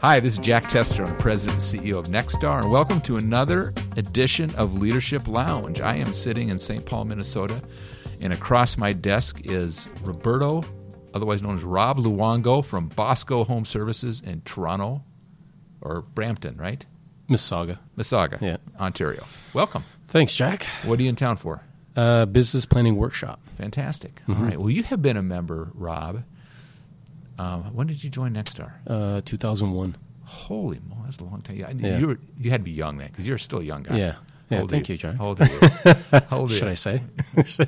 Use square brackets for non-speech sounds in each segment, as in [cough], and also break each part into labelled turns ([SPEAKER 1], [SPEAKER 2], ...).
[SPEAKER 1] Hi, this is Jack Tester. I'm president and CEO of Nextar, and welcome to another edition of Leadership Lounge. I am sitting in St. Paul, Minnesota, and across my desk is Roberto, otherwise known as Rob Luongo from Bosco Home Services in Toronto or Brampton, right?
[SPEAKER 2] Mississauga.
[SPEAKER 1] Mississauga,
[SPEAKER 2] Yeah.
[SPEAKER 1] Ontario. Welcome.
[SPEAKER 2] Thanks, Jack.
[SPEAKER 1] What are you in town for?
[SPEAKER 2] Uh, business planning workshop.
[SPEAKER 1] Fantastic. All
[SPEAKER 2] Mm-hmm.
[SPEAKER 1] right. Well, you have been a member, Rob. Um, when did you join Nextar?
[SPEAKER 2] Uh, 2001.
[SPEAKER 1] Holy moly, that's a long time. Yeah, I-
[SPEAKER 2] Yeah.
[SPEAKER 1] You, were, you had to be young then because you're still a young guy.
[SPEAKER 2] Yeah. Yeah,
[SPEAKER 1] How old are
[SPEAKER 2] thank you, Jack.
[SPEAKER 1] How old are you?
[SPEAKER 2] [laughs]
[SPEAKER 1] How old are
[SPEAKER 2] Should
[SPEAKER 1] you?
[SPEAKER 2] I
[SPEAKER 1] [laughs]
[SPEAKER 2] say?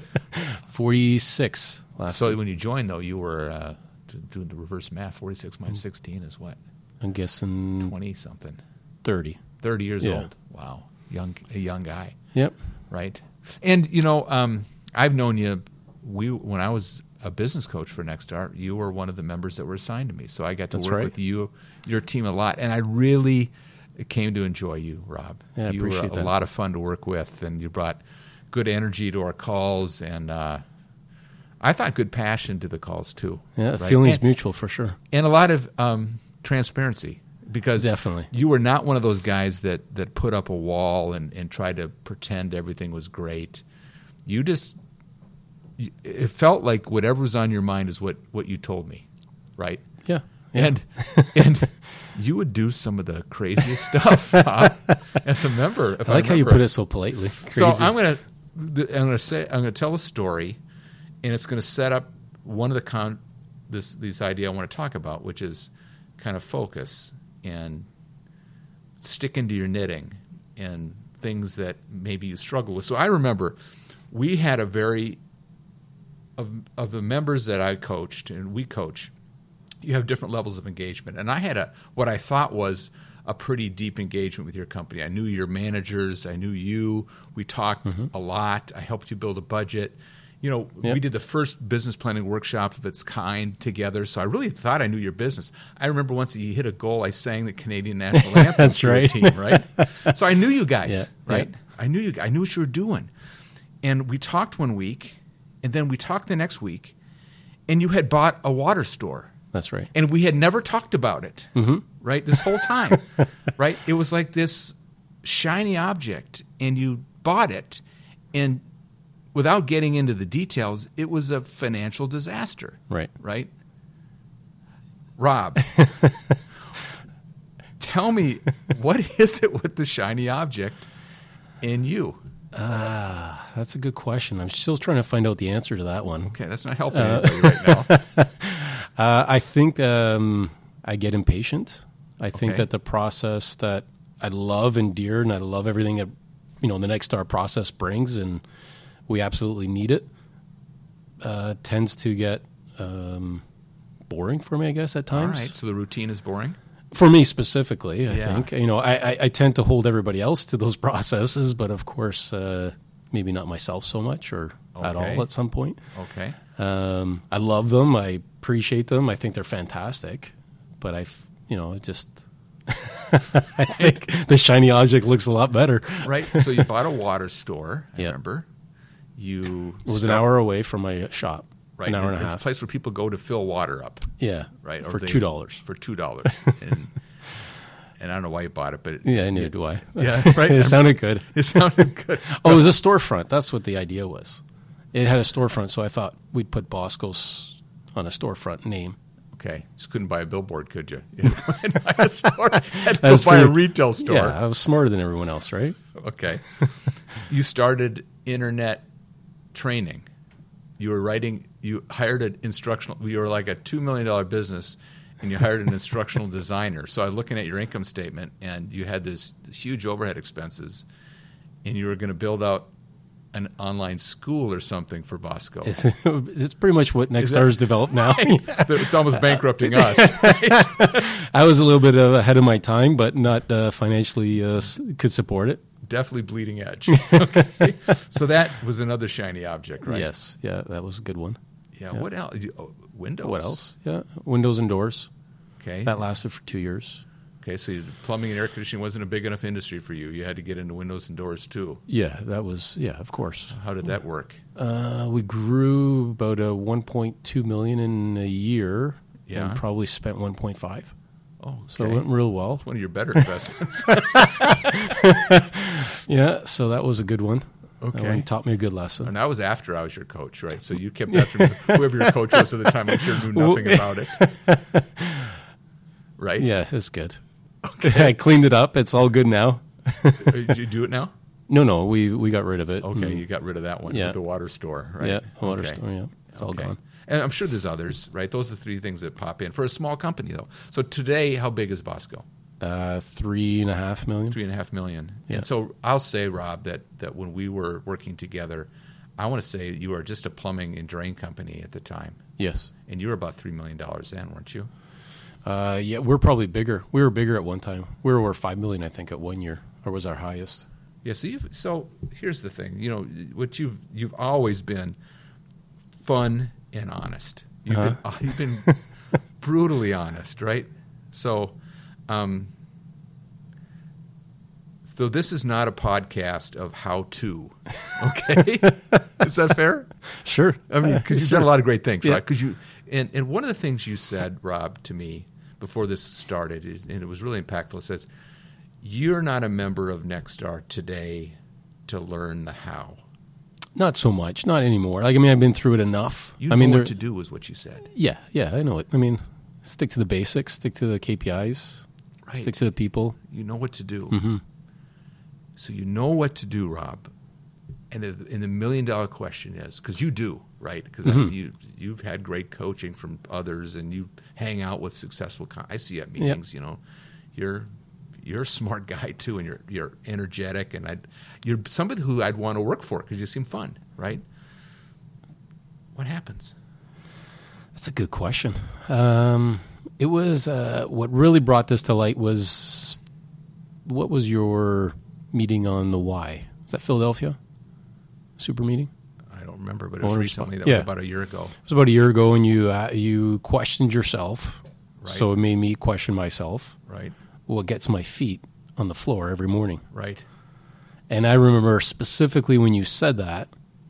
[SPEAKER 2] 46 last
[SPEAKER 1] So when you joined, though, you were uh, d- doing the reverse math. 46 minus 16 is what?
[SPEAKER 2] I'm guessing
[SPEAKER 1] 20 something.
[SPEAKER 2] 30.
[SPEAKER 1] 30 years
[SPEAKER 2] Yeah.
[SPEAKER 1] old. Wow. Young, a young guy,
[SPEAKER 2] Yep.
[SPEAKER 1] right? And, you know, um, I've known you. We When I was a business coach for Nextar, you were one of the members that were assigned to me. So I got to
[SPEAKER 2] That's
[SPEAKER 1] work
[SPEAKER 2] right.
[SPEAKER 1] with you, your team a lot. And I really came to enjoy you, Rob.
[SPEAKER 2] Yeah, I
[SPEAKER 1] you were a
[SPEAKER 2] appreciate that.
[SPEAKER 1] lot of fun to work with, and you brought good energy to our calls. And uh, I thought good passion to the calls, too.
[SPEAKER 2] Yeah,
[SPEAKER 1] right?
[SPEAKER 2] feelings
[SPEAKER 1] And-
[SPEAKER 2] mutual for sure.
[SPEAKER 1] and a lot of um, transparency because
[SPEAKER 2] Definitely.
[SPEAKER 1] you were not one of those guys that that put up a wall and and tried to pretend everything was great. You just you- it felt like whatever was on your mind is what what you told me, right?
[SPEAKER 2] Yeah. Yeah.
[SPEAKER 1] And [laughs] and you would do some of the craziest stuff Bob, as a member. if
[SPEAKER 2] I like how you
[SPEAKER 1] remember.
[SPEAKER 2] put it so politely.
[SPEAKER 1] So
[SPEAKER 2] Crazy.
[SPEAKER 1] I'm gonna th- I'm gonna say I'm gonna tell a story, and it's gonna set up one of the con this this idea I want to talk about, which is kind of focus and sticking to your knitting and things that maybe you struggle with. So I remember we had a very of of the members that I coached and we coach you have different levels of engagement. And I had a what I thought was a pretty deep engagement with your company. I knew your managers, I knew you. We talked a lot. I helped you build a budget. You know, we
[SPEAKER 2] Mm-hmm. Yep.
[SPEAKER 1] did the first business planning workshop of its kind together. So I really thought I knew your business. I remember once you hit a goal, I sang the Canadian
[SPEAKER 2] [laughs]
[SPEAKER 1] national anthem.
[SPEAKER 2] That's
[SPEAKER 1] to your
[SPEAKER 2] right.
[SPEAKER 1] Team,
[SPEAKER 2] [laughs]
[SPEAKER 1] right? so I knew you guys,
[SPEAKER 2] Yeah,
[SPEAKER 1] right?
[SPEAKER 2] yeah.
[SPEAKER 1] I knew you. I knew what you were doing. And we talked one week, and then we talked the next week, and you had bought a water store
[SPEAKER 2] That's right.
[SPEAKER 1] and we had never talked about it
[SPEAKER 2] Mm-hmm.
[SPEAKER 1] right this whole
[SPEAKER 2] [laughs]
[SPEAKER 1] time right it was like this shiny object and you bought it and without getting into the details it was a financial disaster
[SPEAKER 2] Right.
[SPEAKER 1] right
[SPEAKER 2] [laughs]
[SPEAKER 1] rob tell me what is it with the shiny object in you
[SPEAKER 2] That's a good question. I'm still trying to find out the answer to that one.
[SPEAKER 1] okay that's not helping anybody
[SPEAKER 2] [laughs]
[SPEAKER 1] right now
[SPEAKER 2] Uh, I think um, I get impatient. I think
[SPEAKER 1] Okay.
[SPEAKER 2] that the process that I love and dear, and I love everything that you know the next star process brings, and we absolutely need it, uh, tends to get um, boring for me. I guess at
[SPEAKER 1] all
[SPEAKER 2] times
[SPEAKER 1] right so the routine is boring
[SPEAKER 2] for me specifically, I
[SPEAKER 1] Yeah.
[SPEAKER 2] think you know I, I, I tend to hold everybody else to those [laughs] processes, but of course, uh, maybe not myself so much or at
[SPEAKER 1] Okay.
[SPEAKER 2] all at some point.
[SPEAKER 1] okay
[SPEAKER 2] Um, I love them. I appreciate them. I think they're fantastic. But I, f- you know, it just [laughs] I think the shiny object looks a lot better.
[SPEAKER 1] right? So you bought a water store. I
[SPEAKER 2] [laughs] Yeah.
[SPEAKER 1] remember. You
[SPEAKER 2] It was an hour away from my shop.
[SPEAKER 1] right?
[SPEAKER 2] an hour and
[SPEAKER 1] it's
[SPEAKER 2] a
[SPEAKER 1] a
[SPEAKER 2] half.
[SPEAKER 1] place where people go to fill water up,
[SPEAKER 2] Yeah,
[SPEAKER 1] right? Or
[SPEAKER 2] for
[SPEAKER 1] they-
[SPEAKER 2] two dollars.
[SPEAKER 1] For two dollars,
[SPEAKER 2] [laughs]
[SPEAKER 1] and, and I don't know why you bought it, but it,
[SPEAKER 2] Yeah, neither do I. [laughs]
[SPEAKER 1] Yeah, right.
[SPEAKER 2] it sounded good.
[SPEAKER 1] it sounded good.
[SPEAKER 2] Oh, it was a storefront. That's what the idea was. It had a storefront, so I thought we'd put Bosco's on a storefront name.
[SPEAKER 1] Okay, just couldn't buy a billboard, could you? [laughs] You know, and buy a
[SPEAKER 2] [laughs]
[SPEAKER 1] store, had to go
[SPEAKER 2] That's
[SPEAKER 1] buy a
[SPEAKER 2] pretty-
[SPEAKER 1] retail store.
[SPEAKER 2] Yeah, I was smarter than everyone else, right? [laughs]
[SPEAKER 1] Okay, [laughs] you started internet training. You were writing. You hired an instructional. You were like a two million dollar business, and you
[SPEAKER 2] [laughs]
[SPEAKER 1] hired an instructional designer. So I was looking at your income statement, and you had this huge overhead expenses, and you were going to build out an online school or something for Bosco.
[SPEAKER 2] It's, it's pretty much what
[SPEAKER 1] that-
[SPEAKER 2] Nextars developed now.
[SPEAKER 1] [laughs] it's almost
[SPEAKER 2] [laughs]
[SPEAKER 1] bankrupting us.
[SPEAKER 2] I was a little bit uh, ahead of my time, but not uh, financially uh, s- could support it.
[SPEAKER 1] Definitely bleeding
[SPEAKER 2] [laughs]
[SPEAKER 1] edge. Okay. So that was another shiny object, right?
[SPEAKER 2] Yes, yeah, that was a good one.
[SPEAKER 1] Yeah. What else? You- oh, Windows.
[SPEAKER 2] What else? Yeah, windows and doors.
[SPEAKER 1] Okay.
[SPEAKER 2] That lasted for two years.
[SPEAKER 1] Okay, so you- plumbing and air conditioning wasn't a big enough industry for you. You had to get into windows and doors too.
[SPEAKER 2] Yeah, that was yeah, of course.
[SPEAKER 1] How did that work?
[SPEAKER 2] Uh, we grew about uh, a 1.2 million in a year,
[SPEAKER 1] Yeah.
[SPEAKER 2] and probably spent 1.5.
[SPEAKER 1] Oh, okay.
[SPEAKER 2] So it went real well.
[SPEAKER 1] one of your
[SPEAKER 2] [laughs]
[SPEAKER 1] better investments. [laughs]
[SPEAKER 2] Yeah, so that was a good one. That
[SPEAKER 1] Okay.
[SPEAKER 2] one taught me a good lesson.
[SPEAKER 1] and that was after I was your coach, right? So you kept after me, whoever your coach was at the time. I'm sure knew nothing about
[SPEAKER 2] [laughs]
[SPEAKER 1] it, right?
[SPEAKER 2] Yeah, it's good. [laughs] I cleaned it up. It's all good now.
[SPEAKER 1] Uh, Did you do it now?
[SPEAKER 2] No, no, we we got rid of it.
[SPEAKER 1] Okay, you got rid of that one
[SPEAKER 2] Mm-hmm. Yeah.
[SPEAKER 1] with the water store, right?
[SPEAKER 2] Yeah, water
[SPEAKER 1] Okay.
[SPEAKER 2] store. Yeah, it's all
[SPEAKER 1] Okay.
[SPEAKER 2] gone.
[SPEAKER 1] And I'm sure there's others, right? Those are the three things that pop in for a small company, though. So today, how big is Bosco?
[SPEAKER 2] Uh, three and a half million.
[SPEAKER 1] Three and a half million.
[SPEAKER 2] Yeah.
[SPEAKER 1] And so I'll say, Rob, that, that when we were working together, I want to say you were just a plumbing and drain company at the time,
[SPEAKER 2] Yes.
[SPEAKER 1] and you were about three million dollars in, weren't you?
[SPEAKER 2] Uh, yeah, we're probably bigger. We were bigger at one time. We were over five million, I think, at one year, or was our highest.
[SPEAKER 1] Yeah. So you've, so here's the thing. You know what you've you've always been fun and honest. You've been uh, you've been brutally honest, right? So, um, so this is not a podcast of how to. Okay, is that fair?
[SPEAKER 2] Sure.
[SPEAKER 1] I mean, because you've done a lot of great things,
[SPEAKER 2] Yeah.
[SPEAKER 1] right? Because you and, and one of the things you said, Rob, to me before this started, it- and it was really impactful. It says, "You're not a member of Nextstar today to learn the how.
[SPEAKER 2] Not so much. Not anymore. Like I mean, I've been through it enough.
[SPEAKER 1] You
[SPEAKER 2] I mean,
[SPEAKER 1] know
[SPEAKER 2] there,
[SPEAKER 1] what to do," was what you said.
[SPEAKER 2] yeah, yeah, I know it. I mean, stick to the basics. Stick to the KPIs.
[SPEAKER 1] Right.
[SPEAKER 2] Stick to the people.
[SPEAKER 1] You know what to do.
[SPEAKER 2] Mm-hmm.
[SPEAKER 1] So you know what to do, Rob. And the, and the million dollar question is because you do right because
[SPEAKER 2] Mm-hmm.
[SPEAKER 1] you you've had great coaching from others and you hang out with successful. Con- I see you at meetings, you know, you're you're a smart guy too, and you're you're energetic, and I you're somebody who I'd want to work for because you seem fun, right? What happens?
[SPEAKER 2] That's a good question. Um, it was uh, what really brought this to light was what was your meeting on the Y? Is that Philadelphia super meeting?
[SPEAKER 1] I don't remember, but it was
[SPEAKER 2] Owner's
[SPEAKER 1] recently.
[SPEAKER 2] fun-
[SPEAKER 1] That
[SPEAKER 2] yeah.
[SPEAKER 1] was about a year ago.
[SPEAKER 2] It was about a year ago, and you uh, you questioned yourself,
[SPEAKER 1] Right.
[SPEAKER 2] so it made me question myself.
[SPEAKER 1] Right,
[SPEAKER 2] What gets my feet on the floor every morning?
[SPEAKER 1] right.
[SPEAKER 2] And I remember specifically when you said that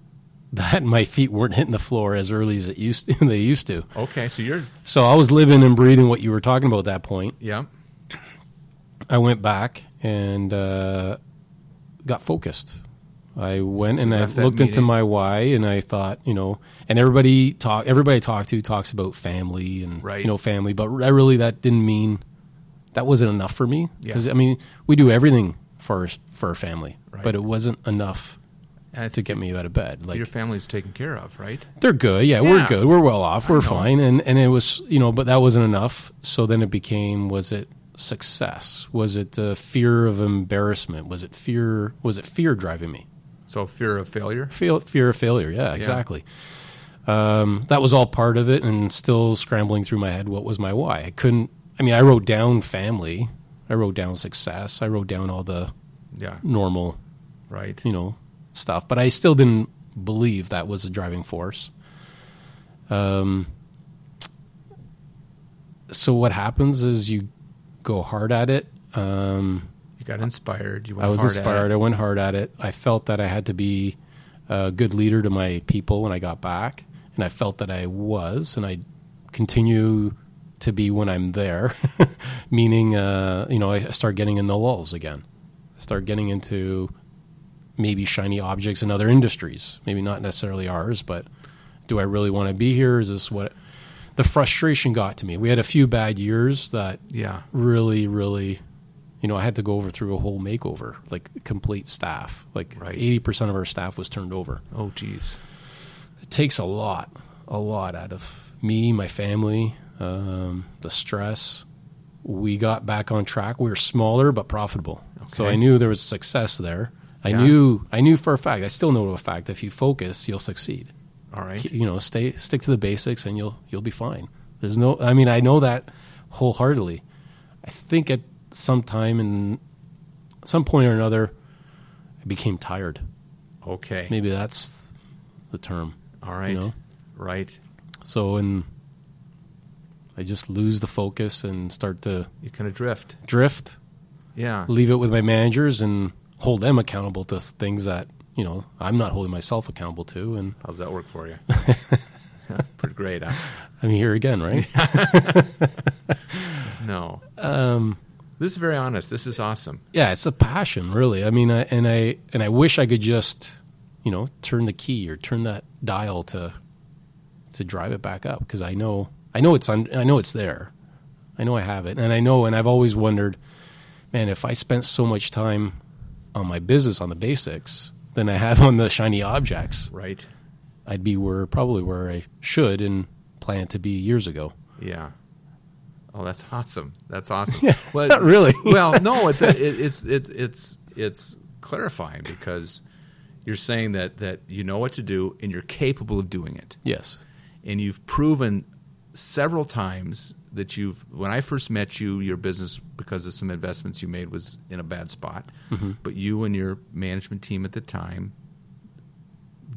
[SPEAKER 2] [laughs] that my feet weren't hitting the floor as early as it used they used to. [laughs]
[SPEAKER 1] Okay, so you're
[SPEAKER 2] So I was living and breathing what you were talking about at that point.
[SPEAKER 1] yeah.
[SPEAKER 2] I went back and uh, got focused. I went
[SPEAKER 1] So
[SPEAKER 2] and I
[SPEAKER 1] left that
[SPEAKER 2] looked into
[SPEAKER 1] meeting.
[SPEAKER 2] my why, and I thought, you know, and everybody talk, everybody I talk to talks about family and
[SPEAKER 1] Right.
[SPEAKER 2] you know family, but I really that didn't mean that wasn't enough for me
[SPEAKER 1] Yeah.
[SPEAKER 2] because I mean we do everything for our, for our family,
[SPEAKER 1] Right.
[SPEAKER 2] but it wasn't enough
[SPEAKER 1] And I
[SPEAKER 2] to
[SPEAKER 1] think
[SPEAKER 2] get me out of bed. Like
[SPEAKER 1] your family's taken care of, right?
[SPEAKER 2] they're good, yeah,
[SPEAKER 1] Yeah.
[SPEAKER 2] we're good, we're well off,
[SPEAKER 1] know.
[SPEAKER 2] we're fine, and and it was you know, but that wasn't enough. So then it became was it success? Was it uh, fear of embarrassment? Was it fear? Was it fear driving me?
[SPEAKER 1] So fear of failure.
[SPEAKER 2] Fear, fear of failure. Yeah, exactly. Um, that was all part of it, and still scrambling through my head. What was my why? I couldn't. I mean, I wrote down family. I wrote down success. I wrote down all the
[SPEAKER 1] Yeah.
[SPEAKER 2] normal,
[SPEAKER 1] Right.
[SPEAKER 2] you know, stuff. But I still didn't believe that was a driving force. Um. So what happens is you go hard at it. Um,
[SPEAKER 1] You got inspired. You went
[SPEAKER 2] I was
[SPEAKER 1] hard at
[SPEAKER 2] inspired.
[SPEAKER 1] it.
[SPEAKER 2] I went hard at it. I felt that I had to be a good leader to my people when I got back, and I felt that I was, and I continue to be when I'm there. [laughs] Meaning, uh, you know, I start getting in the lulls again. I start getting into maybe shiny objects in other industries, maybe not necessarily ours, but do I really want to be here? Is this what? The frustration got to me. We had a few bad years that
[SPEAKER 1] Yeah.
[SPEAKER 2] really, really, you know, I had to go over through a whole makeover, like complete staff. Like
[SPEAKER 1] Right.
[SPEAKER 2] eighty percent of our staff was turned over.
[SPEAKER 1] Oh, geez.
[SPEAKER 2] It takes a lot, a lot out of me, my family, um, the stress. We got back on track. We were smaller but profitable, so
[SPEAKER 1] Okay.
[SPEAKER 2] I knew there was success there. I
[SPEAKER 1] Yeah.
[SPEAKER 2] knew, I knew for a fact. I still know a fact. If you focus, you'll succeed.
[SPEAKER 1] All right.
[SPEAKER 2] Ke- You know, stay, stick to the basics, and you'll you'll be fine. There's no, I mean, I know that wholeheartedly. I think at some time in some point or another, I became tired.
[SPEAKER 1] Okay.
[SPEAKER 2] Maybe that's the term.
[SPEAKER 1] All right.
[SPEAKER 2] know.
[SPEAKER 1] Right.
[SPEAKER 2] So in I just lose the focus and start to
[SPEAKER 1] You kind of drift.
[SPEAKER 2] drift.
[SPEAKER 1] Yeah.
[SPEAKER 2] Leave it with my managers and hold them accountable to s- things that you know I'm not holding myself accountable to. And
[SPEAKER 1] How's that work
[SPEAKER 2] [laughs]
[SPEAKER 1] for you? [laughs] Pretty great. Huh?
[SPEAKER 2] I'm here again, right?
[SPEAKER 1] No. Um, this is very honest. This is awesome.
[SPEAKER 2] yeah, it's a passion, really. I mean, I, and I and I wish I could just you know turn the key or turn that dial to to drive it back up because I know I know it's on, I know it's there. I know I have it, and I know, and I've always wondered, man, if I spent so much time on my business on the basics than I have [laughs] on the shiny objects,
[SPEAKER 1] Right?
[SPEAKER 2] I'd be where probably where I should and planned to be years ago.
[SPEAKER 1] Yeah. Oh, that's awesome. That's
[SPEAKER 2] [laughs]
[SPEAKER 1] awesome. Well,
[SPEAKER 2] Not really.
[SPEAKER 1] [laughs] well, no, it, it, it's it, it's it's clarifying because you're saying that that you know what to do and you're capable of doing it,
[SPEAKER 2] yes. [laughs]
[SPEAKER 1] and you've proven several times that you've. When I first met you, your business because of some investments you made was in a bad spot, but you and your management team at the time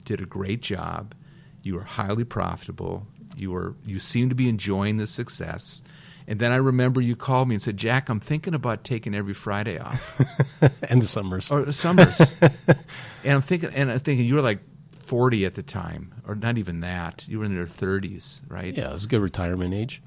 [SPEAKER 1] did a great job. You were highly profitable. You were you seemed to be enjoying the success. And then I remember you called me and said, "Jack, I'm thinking about taking every Friday off
[SPEAKER 2] and the summers.
[SPEAKER 1] or summers." and I'm thinking, and I'm thinking, you were like 40 at the time, or not even that. You were in your 30s, right?
[SPEAKER 2] Yeah, it's a good retirement age.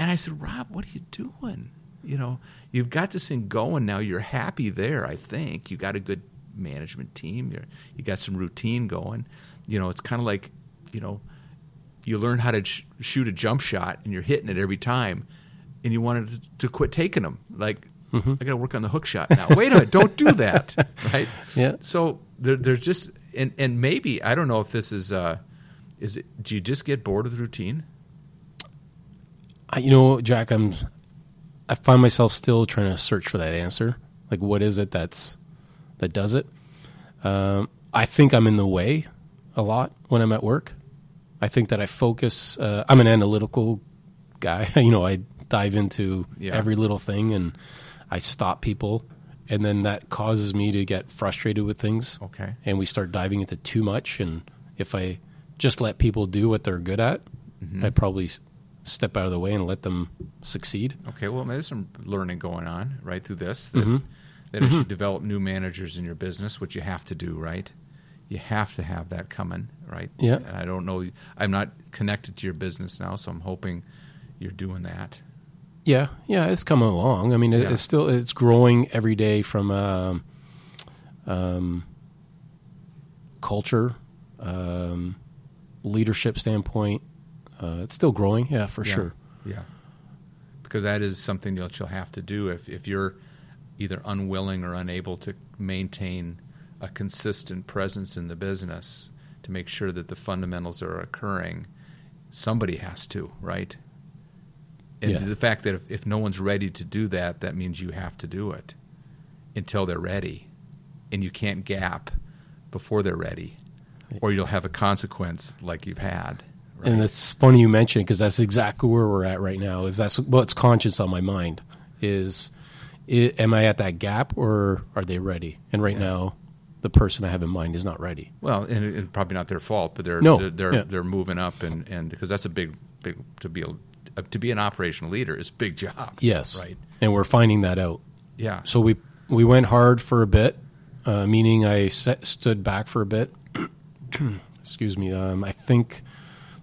[SPEAKER 1] And I said, Rob, what are you doing? You know, you've got this thing going now. You're happy there, I think. You got a good management team. You're, you got some routine going. You know, it's kind of like, you know, you learn how to sh- shoot a jump shot and you're hitting it every time, and you wanted to, to quit taking them. Like, I got to work on the hook shot now. Wait a minute, don't do that, right?
[SPEAKER 2] Yeah.
[SPEAKER 1] So there, there's just and and maybe I don't know if this is uh, is it, do you just get bored of the routine?
[SPEAKER 2] I, you know, Jack, I'm. I find myself still trying to search for that answer. Like, what is it that's that does it? Um, I think I'm in the way a lot when I'm at work. I think that I focus. Uh, I'm an analytical guy. [laughs] you know, I dive into
[SPEAKER 1] Yeah.
[SPEAKER 2] every little thing and I stop people, and then that causes me to get frustrated with things.
[SPEAKER 1] Okay.
[SPEAKER 2] and we start diving into too much. And if I just let people do what they're good at,
[SPEAKER 1] Mm-hmm.
[SPEAKER 2] I probably s- step out of the way and let them succeed.
[SPEAKER 1] Okay, well, there's some learning going on right through this that, that as you develop new managers in your business, which you have to do, right? You have to have that coming, right?
[SPEAKER 2] Yeah.
[SPEAKER 1] And I don't know, I'm not connected to your business now, so I'm hoping you're doing that.
[SPEAKER 2] Yeah, yeah, it's coming along. I mean, it,
[SPEAKER 1] Yeah.
[SPEAKER 2] it's still it's growing every day from um, um, culture, um, leadership standpoint. Uh, it's still growing. Yeah, for
[SPEAKER 1] Yeah.
[SPEAKER 2] sure.
[SPEAKER 1] Yeah. Because that is something that you'll have to do if, if you're either unwilling or unable to maintain a consistent presence in the business to make sure that the fundamentals are occurring. Somebody has to, right? And
[SPEAKER 2] Yeah.
[SPEAKER 1] the fact that if, if no one's ready to do that, that means you have to do it until they're ready. And you can't gap before they're ready, or you'll have a consequence like you've had. Right?
[SPEAKER 2] And it's funny you mention because that's exactly where we're at right now. Is that's what's conscious on my mind is, i am I at that gap or are they ready? And right now, the person I have in mind is not ready.
[SPEAKER 1] Well, and, and probably not their fault, but they're
[SPEAKER 2] No,
[SPEAKER 1] they're they're,
[SPEAKER 2] yeah.
[SPEAKER 1] they're moving up and and because that's a big big to be a, to be an operational leader is a big job.
[SPEAKER 2] Yes,
[SPEAKER 1] right.
[SPEAKER 2] And we're finding that out.
[SPEAKER 1] Yeah.
[SPEAKER 2] So we we went hard for a bit, uh, meaning I set, stood back for a bit. [clears throat] Excuse me. Um, I think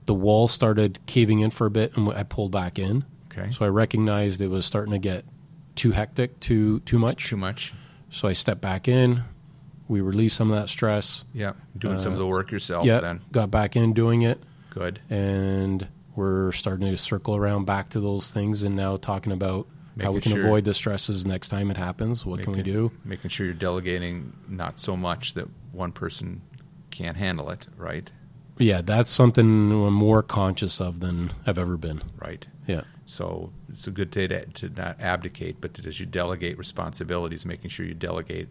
[SPEAKER 2] the wall started caving in for a bit, and I pulled back in.
[SPEAKER 1] Okay.
[SPEAKER 2] So I recognized it was starting to get too hectic, too too much.
[SPEAKER 1] Too much.
[SPEAKER 2] So I stepped back in. We relieved some of that stress.
[SPEAKER 1] Yeah. Doing some of the work yourself.
[SPEAKER 2] Uh, yeah,
[SPEAKER 1] Then
[SPEAKER 2] got back in doing it,
[SPEAKER 1] good.
[SPEAKER 2] and we're starting to circle around back to those things, and now talking about how we
[SPEAKER 1] Making
[SPEAKER 2] can
[SPEAKER 1] sure-
[SPEAKER 2] avoid the stresses next time it happens. What can we do?
[SPEAKER 1] Making sure you're delegating not so much that one person can't handle it. Right.
[SPEAKER 2] Yeah, that's something I'm more conscious of than I've ever been.
[SPEAKER 1] Right.
[SPEAKER 2] Yeah,
[SPEAKER 1] So it's a good day to, to not abdicate, but to, as you delegate responsibilities, making sure you delegate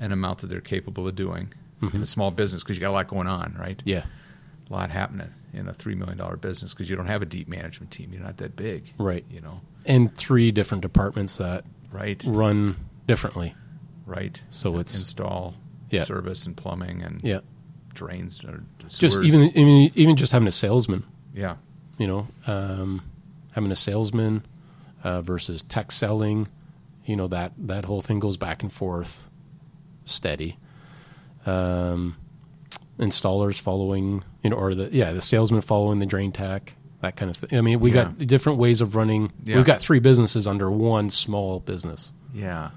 [SPEAKER 1] an amount that they're capable of doing
[SPEAKER 2] Mm-hmm.
[SPEAKER 1] in a small business because you got a lot going on, right?
[SPEAKER 2] yeah,
[SPEAKER 1] a lot happening in a three million dollar business because you don't have a deep management team. You're not that big,
[SPEAKER 2] Right.
[SPEAKER 1] You know,
[SPEAKER 2] and three different departments that
[SPEAKER 1] right,
[SPEAKER 2] run differently.
[SPEAKER 1] right.
[SPEAKER 2] So it's
[SPEAKER 1] Install,
[SPEAKER 2] Yeah.
[SPEAKER 1] service, and plumbing, and
[SPEAKER 2] yeah,
[SPEAKER 1] drains, or
[SPEAKER 2] just
[SPEAKER 1] sewers.
[SPEAKER 2] even even even just having a salesman.
[SPEAKER 1] yeah,
[SPEAKER 2] you know um, having a salesman uh, versus tech selling. You know that that whole thing goes back and forth, steady. Um, installers following, you know, or the yeah, the salesman following the drain tech, that kind of thing. I mean, we
[SPEAKER 1] Yeah.
[SPEAKER 2] got different ways of running.
[SPEAKER 1] Yeah.
[SPEAKER 2] We've got three businesses under one small business,
[SPEAKER 1] Yeah.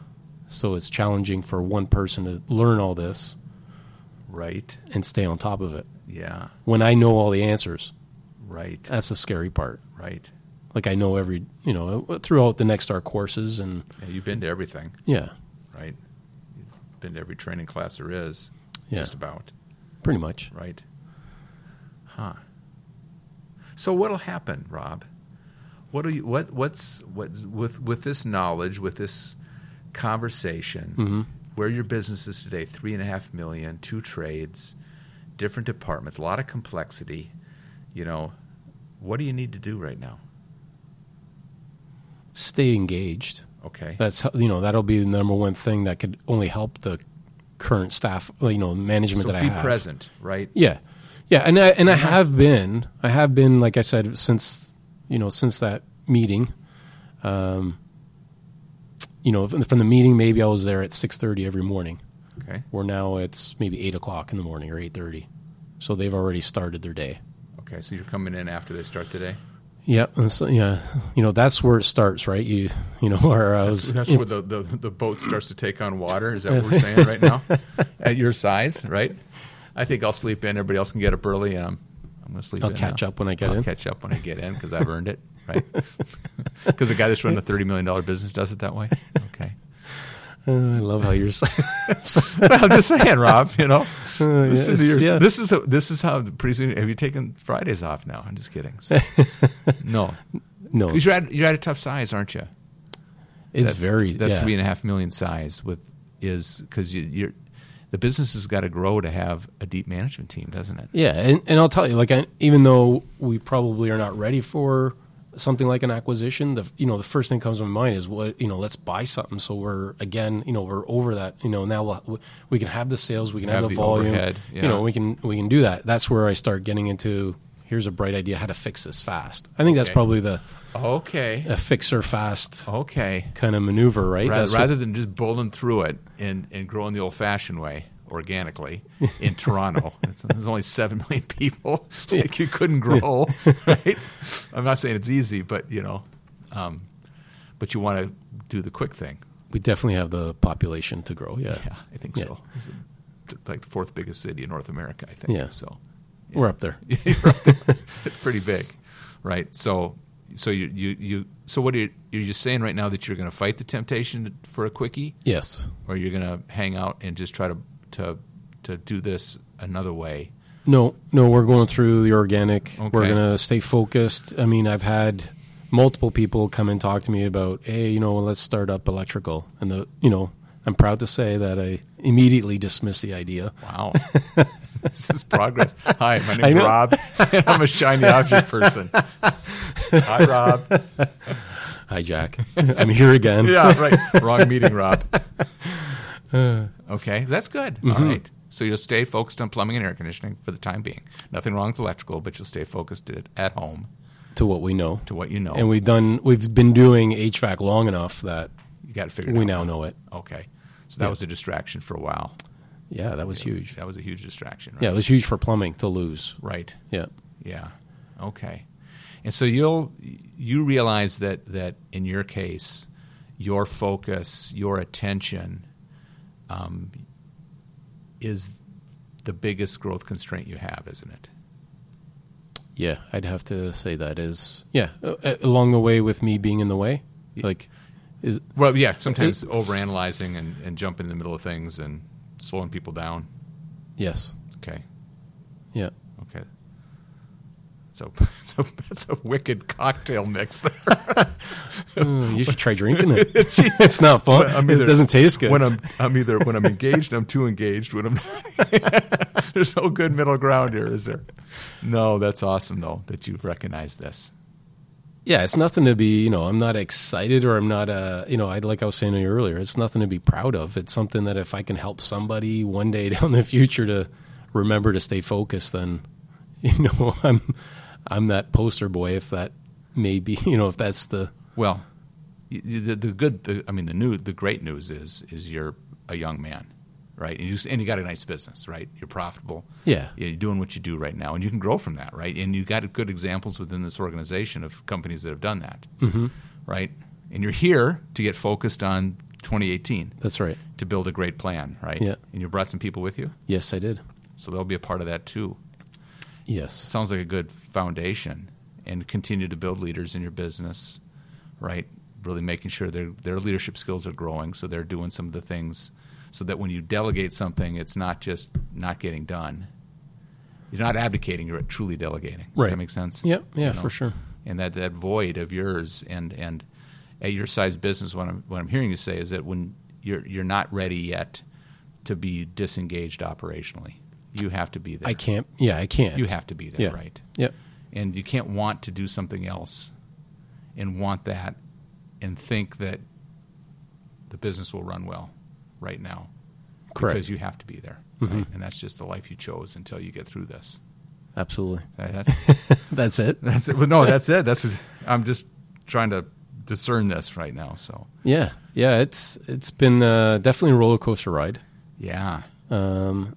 [SPEAKER 2] so it's challenging for one person to learn all this
[SPEAKER 1] Right.
[SPEAKER 2] and stay on top of it.
[SPEAKER 1] Yeah.
[SPEAKER 2] When I know all the answers,
[SPEAKER 1] Right.
[SPEAKER 2] that's the scary part.
[SPEAKER 1] Right.
[SPEAKER 2] Like I know every, you know, throughout the next our courses and
[SPEAKER 1] Yeah, you've been to everything,
[SPEAKER 2] yeah,
[SPEAKER 1] right? You've been to every training class there is,
[SPEAKER 2] yeah,
[SPEAKER 1] just about,
[SPEAKER 2] pretty much.
[SPEAKER 1] right? Huh. So what'll happen, Rob? What do you what what's what with with this knowledge, with this conversation,
[SPEAKER 2] Mm-hmm.
[SPEAKER 1] where your business is today, three and a half million, two trades, different departments, a lot of complexity, you know, what do you need to do right now?
[SPEAKER 2] Stay engaged.
[SPEAKER 1] Okay.
[SPEAKER 2] That's how- you know that'll be the number one thing that could only help the current staff, you know, management
[SPEAKER 1] So
[SPEAKER 2] that I
[SPEAKER 1] be
[SPEAKER 2] have.
[SPEAKER 1] present, right?
[SPEAKER 2] Yeah, yeah, and I, and I have been, I have been, like I said, since you know since that meeting, um, you know, from from the meeting maybe I was there at six thirty every morning.
[SPEAKER 1] Okay.
[SPEAKER 2] Where now it's maybe eight o'clock in the morning or eight thirty, so they've already started their day.
[SPEAKER 1] Okay, so you're coming in after they start today.
[SPEAKER 2] Yeah, and so, yeah, you know that's where it starts, right? You you know [laughs] where I was.
[SPEAKER 1] That's
[SPEAKER 2] you know,
[SPEAKER 1] where the, the, the boat starts to take on water. Is that what we're saying right
[SPEAKER 2] [laughs]
[SPEAKER 1] now? At your size, right? I think I'll sleep in. Everybody else can get up early. And I'm, I'm going to sleep
[SPEAKER 2] I'll
[SPEAKER 1] in.
[SPEAKER 2] catch
[SPEAKER 1] now.
[SPEAKER 2] up when I get
[SPEAKER 1] I'll
[SPEAKER 2] in.
[SPEAKER 1] catch up when I get in because I've earned it,
[SPEAKER 2] [laughs]
[SPEAKER 1] right? Because the guy that's running a $30 million business does it that way.
[SPEAKER 2] [laughs]
[SPEAKER 1] Okay.
[SPEAKER 2] Uh, I love how you're.
[SPEAKER 1] I'm just saying, Rob, you know, this,
[SPEAKER 2] Uh, yes,
[SPEAKER 1] is your,
[SPEAKER 2] yeah.
[SPEAKER 1] this, is a, this is how pretty soon. Have you taken Fridays off now? I'm just kidding.
[SPEAKER 2] [laughs]
[SPEAKER 1] So- no.
[SPEAKER 2] [laughs] no,
[SPEAKER 1] Because you're at, you're at a tough size, aren't you?
[SPEAKER 2] it's
[SPEAKER 1] that-
[SPEAKER 2] very
[SPEAKER 1] that
[SPEAKER 2] yeah.
[SPEAKER 1] three and a half million size with is because you, you're the business has got to grow to have a deep management team, doesn't it?
[SPEAKER 2] Yeah, and, and I'll tell you, like, I, even though we probably are not ready for something like an acquisition, the you know the first thing comes to my mind is what you know, let's buy something. So we're again, you know, we're over that. You know, now we'll, we can have the sales, we can have,
[SPEAKER 1] Have
[SPEAKER 2] the,
[SPEAKER 1] the
[SPEAKER 2] volume.
[SPEAKER 1] overhead,
[SPEAKER 2] You
[SPEAKER 1] yeah.
[SPEAKER 2] know, we can we can do that. That's where I start getting into. Here's a bright idea how to fix this fast. I think that's
[SPEAKER 1] Okay.
[SPEAKER 2] probably the
[SPEAKER 1] Okay,
[SPEAKER 2] a fixer fast
[SPEAKER 1] okay.
[SPEAKER 2] kind of maneuver, right?
[SPEAKER 1] Rather,
[SPEAKER 2] That's what-
[SPEAKER 1] rather than just bowling through it and and growing the old-fashioned way organically
[SPEAKER 2] [laughs]
[SPEAKER 1] in Toronto, It's- there's only seven million people. [laughs] Like you couldn't grow, [laughs] right? I'm not saying it's easy, but you know, um, but you want to do the quick thing.
[SPEAKER 2] we definitely have the population to grow. Yeah,
[SPEAKER 1] Yeah, I think
[SPEAKER 2] Yeah.
[SPEAKER 1] so. It's like the fourth biggest city in North America, I think.
[SPEAKER 2] Yeah.
[SPEAKER 1] So.
[SPEAKER 2] we're up there.
[SPEAKER 1] it's pretty big, right? So, so you you, you so what are you, you're just saying right now that you're going to fight the temptation for a quickie,
[SPEAKER 2] Yes.
[SPEAKER 1] or you're going to hang out and just try to to to do this another way?
[SPEAKER 2] No, no, we're going through the organic. We're
[SPEAKER 1] Okay.
[SPEAKER 2] going to stay focused. I mean, I've had multiple people come and talk to me about, hey, you know, let's start up electrical. And the, you know, I'm proud to say that I immediately dismissed the idea.
[SPEAKER 1] Wow. [laughs] This is progress. Hi, my
[SPEAKER 2] [laughs] I
[SPEAKER 1] name's
[SPEAKER 2] know.
[SPEAKER 1] Rob. [laughs] I'm a shiny object person. Hi, Rob.
[SPEAKER 2] Hi,
[SPEAKER 1] [laughs]
[SPEAKER 2] Jack. I'm here again.
[SPEAKER 1] Yeah, right. Wrong meeting, Rob. Okay, that's good. All
[SPEAKER 2] Mm-hmm.
[SPEAKER 1] right. So you'll stay focused on plumbing and air conditioning for the time being. Nothing wrong with electrical, but you'll stay focused at, at home
[SPEAKER 2] To what we know,
[SPEAKER 1] to what you know.
[SPEAKER 2] and we've done, we've been doing HVAC long enough that
[SPEAKER 1] you got to figure it
[SPEAKER 2] we
[SPEAKER 1] out.
[SPEAKER 2] now know it.
[SPEAKER 1] Okay. So that was a distraction for a while.
[SPEAKER 2] Yeah, that was huge.
[SPEAKER 1] That was a huge distraction, right?
[SPEAKER 2] Yeah, it was huge for plumbing to lose.
[SPEAKER 1] Right.
[SPEAKER 2] Yeah,
[SPEAKER 1] Yeah. Okay. And so you'll you realize that that in your case, your focus, your attention, um, is the biggest growth constraint you have, isn't it?
[SPEAKER 2] yeah, I'd have to say that is yeah. Uh, uh, along the way with me being in the way, like is
[SPEAKER 1] Well, yeah. Sometimes overanalyzing and, and jumping in the middle of things and slowing people down.
[SPEAKER 2] yes,
[SPEAKER 1] Okay.
[SPEAKER 2] yeah.
[SPEAKER 1] Okay. So, [laughs] so that's a wicked cocktail mix [laughs] there.
[SPEAKER 2] Mm, you should try drinking it. [laughs] it's not fun.
[SPEAKER 1] I'm
[SPEAKER 2] it
[SPEAKER 1] either-
[SPEAKER 2] doesn't taste good.
[SPEAKER 1] When I'm, I'm either when I'm engaged, I'm too engaged. When I'm not, [laughs] there's no good middle ground here, is there? No, that's awesome though that you've recognized this.
[SPEAKER 2] yeah, it's nothing to be. You know, I'm not excited or I'm not. Uh, you know, I like I was saying to you earlier. It's nothing to be proud of. It's something that if I can help somebody one day [laughs] down the future to [laughs] remember to stay focused, then you know I'm I'm that poster boy. If that maybe [laughs] you know if that's the
[SPEAKER 1] Well, y- y- the, the good, the, I mean, the new, the great news is, is you're a young man, right? And you, s- and you got a nice business, right? You're profitable.
[SPEAKER 2] Yeah.
[SPEAKER 1] You're doing what you do right now, and you can grow from that, right? And you got good examples within this organization of companies that have done that, mm-hmm. right? And you're here to get focused on 2018
[SPEAKER 2] that's right.
[SPEAKER 1] to build a great plan, right?
[SPEAKER 2] Yeah.
[SPEAKER 1] And you brought some people with you,
[SPEAKER 2] Yes, I did.
[SPEAKER 1] so they'll be a part of that too.
[SPEAKER 2] Yes,
[SPEAKER 1] Sounds like a good foundation, and continue to build leaders in your business, right? Really making sure their their leadership skills are growing, so they're doing some of the things, so that when you delegate something, it's not just not getting done. You're not abdicating; you're truly delegating. Does that
[SPEAKER 2] Right.
[SPEAKER 1] make sense?
[SPEAKER 2] Yep. Yeah,
[SPEAKER 1] You know?
[SPEAKER 2] for sure.
[SPEAKER 1] And that, that void of yours and and at your size business, what I'm what I'm hearing you say is that when you're you're not ready yet to be disengaged operationally, you have to be there.
[SPEAKER 2] I can't. Yeah, I can't.
[SPEAKER 1] You have to be there,
[SPEAKER 2] Yeah.
[SPEAKER 1] right?
[SPEAKER 2] Yep.
[SPEAKER 1] and you can't want to do something else and want that and think that the business will run well right now because
[SPEAKER 2] Correct.
[SPEAKER 1] you have to be there right? and that's just the life you chose until you get through [laughs] this
[SPEAKER 2] Absolutely. [laughs]
[SPEAKER 1] That-
[SPEAKER 2] That's it.
[SPEAKER 1] that's it well, no that's it that's what, i'm just trying to discern this right now so
[SPEAKER 2] Yeah. Yeah. It's it's been uh, definitely a roller coaster ride.
[SPEAKER 1] yeah
[SPEAKER 2] Um,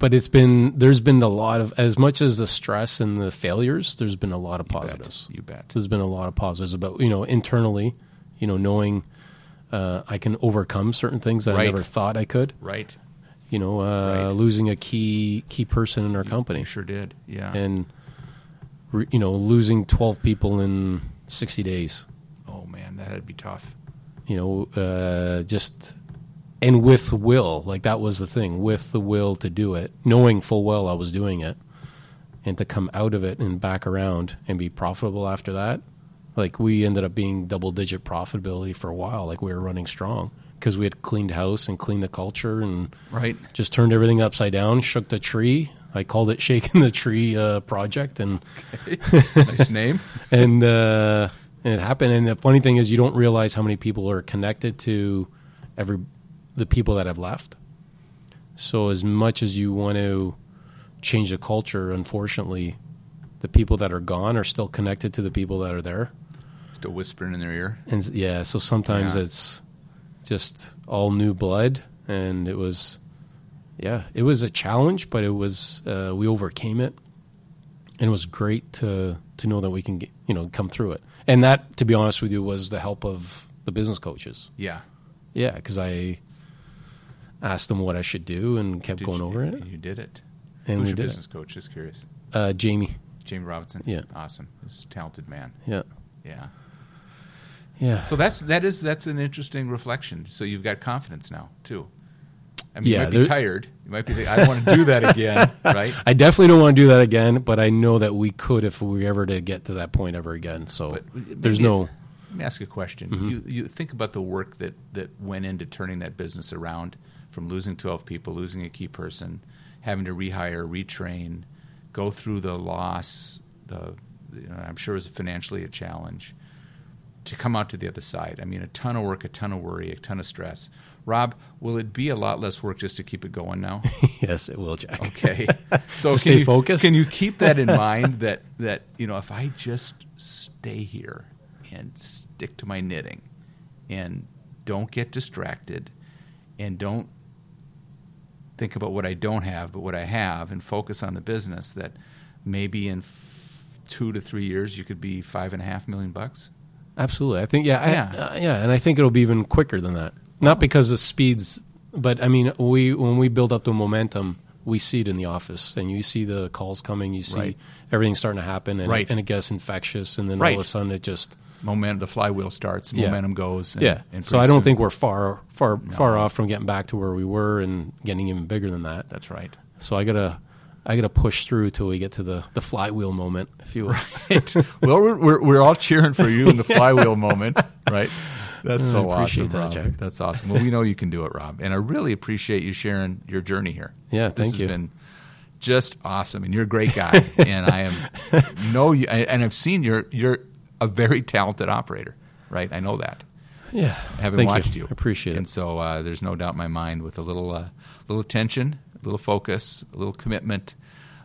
[SPEAKER 2] but it's been there's been a lot of as much as the stress and the failures. There's been a lot of
[SPEAKER 1] bet.
[SPEAKER 2] positives.
[SPEAKER 1] you bet
[SPEAKER 2] There's been a lot of positives about you know internally, you know knowing uh, I can overcome certain things that I
[SPEAKER 1] Right.
[SPEAKER 2] never thought I could.
[SPEAKER 1] right
[SPEAKER 2] You know, uh,
[SPEAKER 1] Right.
[SPEAKER 2] losing a key key person in our
[SPEAKER 1] you
[SPEAKER 2] company
[SPEAKER 1] sure did yeah
[SPEAKER 2] and re- you know losing twelve people in sixty days.
[SPEAKER 1] oh man that'd be tough
[SPEAKER 2] you know, uh, just and with will, like that was the thing, with the will to do it, knowing full well I was doing it, and to come out of it and back around and be profitable after that. Like we ended up being double digit profitability for a while. Like we were running strong because we had cleaned house and cleaned the culture and
[SPEAKER 1] right
[SPEAKER 2] just turned everything upside down, shook the tree. I called it [laughs] shaking the tree uh, project, and
[SPEAKER 1] [laughs] nice name [laughs]
[SPEAKER 2] and uh, and it happened. And the funny thing is, you don't realize how many people are connected to every the people that have left. So as much as you want to change the culture, unfortunately, the people that are gone are still connected to the people that are there.
[SPEAKER 1] still whispering in their ear
[SPEAKER 2] And s- yeah, so sometimes
[SPEAKER 1] Yeah.
[SPEAKER 2] it's just all new blood, and it was. Yeah, it was a challenge, but it was uh, we overcame it, and it was great to to know that we can get, you know come through it. And that, to be honest with you, was the help of the business coaches.
[SPEAKER 1] yeah
[SPEAKER 2] Yeah, because I asked them what I should do and kept
[SPEAKER 1] Did
[SPEAKER 2] going
[SPEAKER 1] you-
[SPEAKER 2] over it,
[SPEAKER 1] you did it
[SPEAKER 2] and
[SPEAKER 1] Who's
[SPEAKER 2] we
[SPEAKER 1] your
[SPEAKER 2] did
[SPEAKER 1] business coach? Just curious.
[SPEAKER 2] it. Uh, Jamie,
[SPEAKER 1] Jamie Robinson.
[SPEAKER 2] Yeah.
[SPEAKER 1] Awesome. He's a talented man.
[SPEAKER 2] yeah,
[SPEAKER 1] Yeah.
[SPEAKER 2] yeah,
[SPEAKER 1] So that's that is that's an interesting reflection. So you've got confidence now too. I mean,
[SPEAKER 2] Yeah,
[SPEAKER 1] you might be
[SPEAKER 2] there-
[SPEAKER 1] tired. You might be. Thinking, I want to do
[SPEAKER 2] [laughs]
[SPEAKER 1] that again, right?
[SPEAKER 2] I definitely don't want to do that again, but I know that we could if we ever to get to that point ever again. So
[SPEAKER 1] But
[SPEAKER 2] there's
[SPEAKER 1] maybe-
[SPEAKER 2] no
[SPEAKER 1] Let me ask you a question. You you think about the work that that went into turning that business around, from losing twelve people, losing a key person, having to rehire, retrain, go through the loss. The you know, I'm sure it was financially a challenge. to come out to the other side. I mean, a ton of work, a ton of worry, a ton of stress. Rob, will it be a lot less work just to keep it Oh. going now?
[SPEAKER 2] [laughs] yes, it will, Jack.
[SPEAKER 1] Okay. So
[SPEAKER 2] [laughs] To
[SPEAKER 1] can
[SPEAKER 2] stay
[SPEAKER 1] you,
[SPEAKER 2] focused?
[SPEAKER 1] Can you keep that in mind [laughs] that that you know if I just stay here and stick to my knitting and don't get distracted and don't think about what I don't have but what I have and focus on the business that maybe in f- two to three years you could be five and a half million bucks.
[SPEAKER 2] Absolutely, I think yeah, I,
[SPEAKER 1] Yeah. Oh.
[SPEAKER 2] yeah, uh, yeah, and I think it'll be even quicker than that. Not because the speeds, but I mean, we when we build up the momentum, we see it in the office, and you see the calls coming, you see
[SPEAKER 1] Right.
[SPEAKER 2] everything starting to happen, and,
[SPEAKER 1] Right.
[SPEAKER 2] and it gets infectious, and then all
[SPEAKER 1] Right.
[SPEAKER 2] of a sudden it just
[SPEAKER 1] momentum the flywheel starts
[SPEAKER 2] Yeah.
[SPEAKER 1] momentum goes and,
[SPEAKER 2] yeah.
[SPEAKER 1] and
[SPEAKER 2] so
[SPEAKER 1] pretty
[SPEAKER 2] I don't
[SPEAKER 1] soon-
[SPEAKER 2] think we're far far far off from getting back to where we were and getting even bigger than that.
[SPEAKER 1] that's right
[SPEAKER 2] So I gotta I gotta push through till we get to the the flywheel moment,
[SPEAKER 1] [laughs]
[SPEAKER 2] if you will.
[SPEAKER 1] well we're, we're, we're all cheering for you in
[SPEAKER 2] [laughs]
[SPEAKER 1] the flywheel moment right that's
[SPEAKER 2] Mm, I
[SPEAKER 1] so
[SPEAKER 2] appreciate
[SPEAKER 1] awesome
[SPEAKER 2] that,
[SPEAKER 1] Rob.
[SPEAKER 2] Jack.
[SPEAKER 1] that's awesome well we know you can do it rob and i really appreciate you sharing your journey here
[SPEAKER 2] Yeah,
[SPEAKER 1] this
[SPEAKER 2] thank
[SPEAKER 1] has
[SPEAKER 2] you.
[SPEAKER 1] been just awesome and you're a great
[SPEAKER 2] [laughs]
[SPEAKER 1] guy and i am know you I- and i've seen you're you're a very talented operator right i know that
[SPEAKER 2] [laughs] Yeah,
[SPEAKER 1] having
[SPEAKER 2] Thank
[SPEAKER 1] watched you.
[SPEAKER 2] I appreciate
[SPEAKER 1] And
[SPEAKER 2] it.
[SPEAKER 1] so uh, there's no doubt in my mind with a little uh, little attention, a little focus, a little commitment,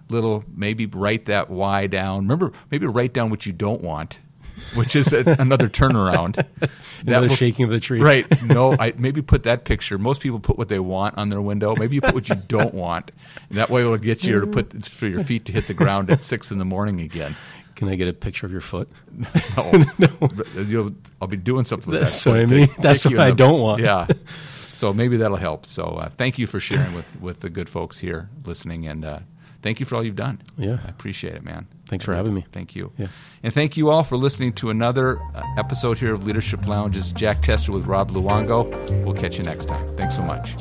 [SPEAKER 1] little maybe write that why down. Remember, maybe write down what you don't want, which is a, [laughs] another turnaround. That
[SPEAKER 2] [laughs] Another
[SPEAKER 1] will-
[SPEAKER 2] shaking of the tree.
[SPEAKER 1] Right. No, I maybe put that picture. Most people put what they want on their window. Maybe you put what you don't want. And that way it'll get you
[SPEAKER 2] Mm-hmm.
[SPEAKER 1] to put for your feet to hit the ground at six in the morning again.
[SPEAKER 2] Can I get a picture of your foot?
[SPEAKER 1] No,
[SPEAKER 2] [laughs]
[SPEAKER 1] But you'll, I'll be doing something with
[SPEAKER 2] That's
[SPEAKER 1] that.
[SPEAKER 2] what I
[SPEAKER 1] Take-
[SPEAKER 2] mean.
[SPEAKER 1] take
[SPEAKER 2] That's
[SPEAKER 1] you
[SPEAKER 2] what
[SPEAKER 1] in
[SPEAKER 2] I
[SPEAKER 1] the-
[SPEAKER 2] don't want.
[SPEAKER 1] Yeah. So maybe that'll help. So uh, thank you for sharing with with the good folks here listening, and uh, thank you for all you've done.
[SPEAKER 2] Yeah.
[SPEAKER 1] I appreciate it, man.
[SPEAKER 2] Thanks for having me.
[SPEAKER 1] Thank you.
[SPEAKER 2] Yeah.
[SPEAKER 1] And thank you all for listening to another uh, episode here of Leadership Lounge. This is Jack Tester with Rob Luongo. We'll catch you next time. Thanks so much.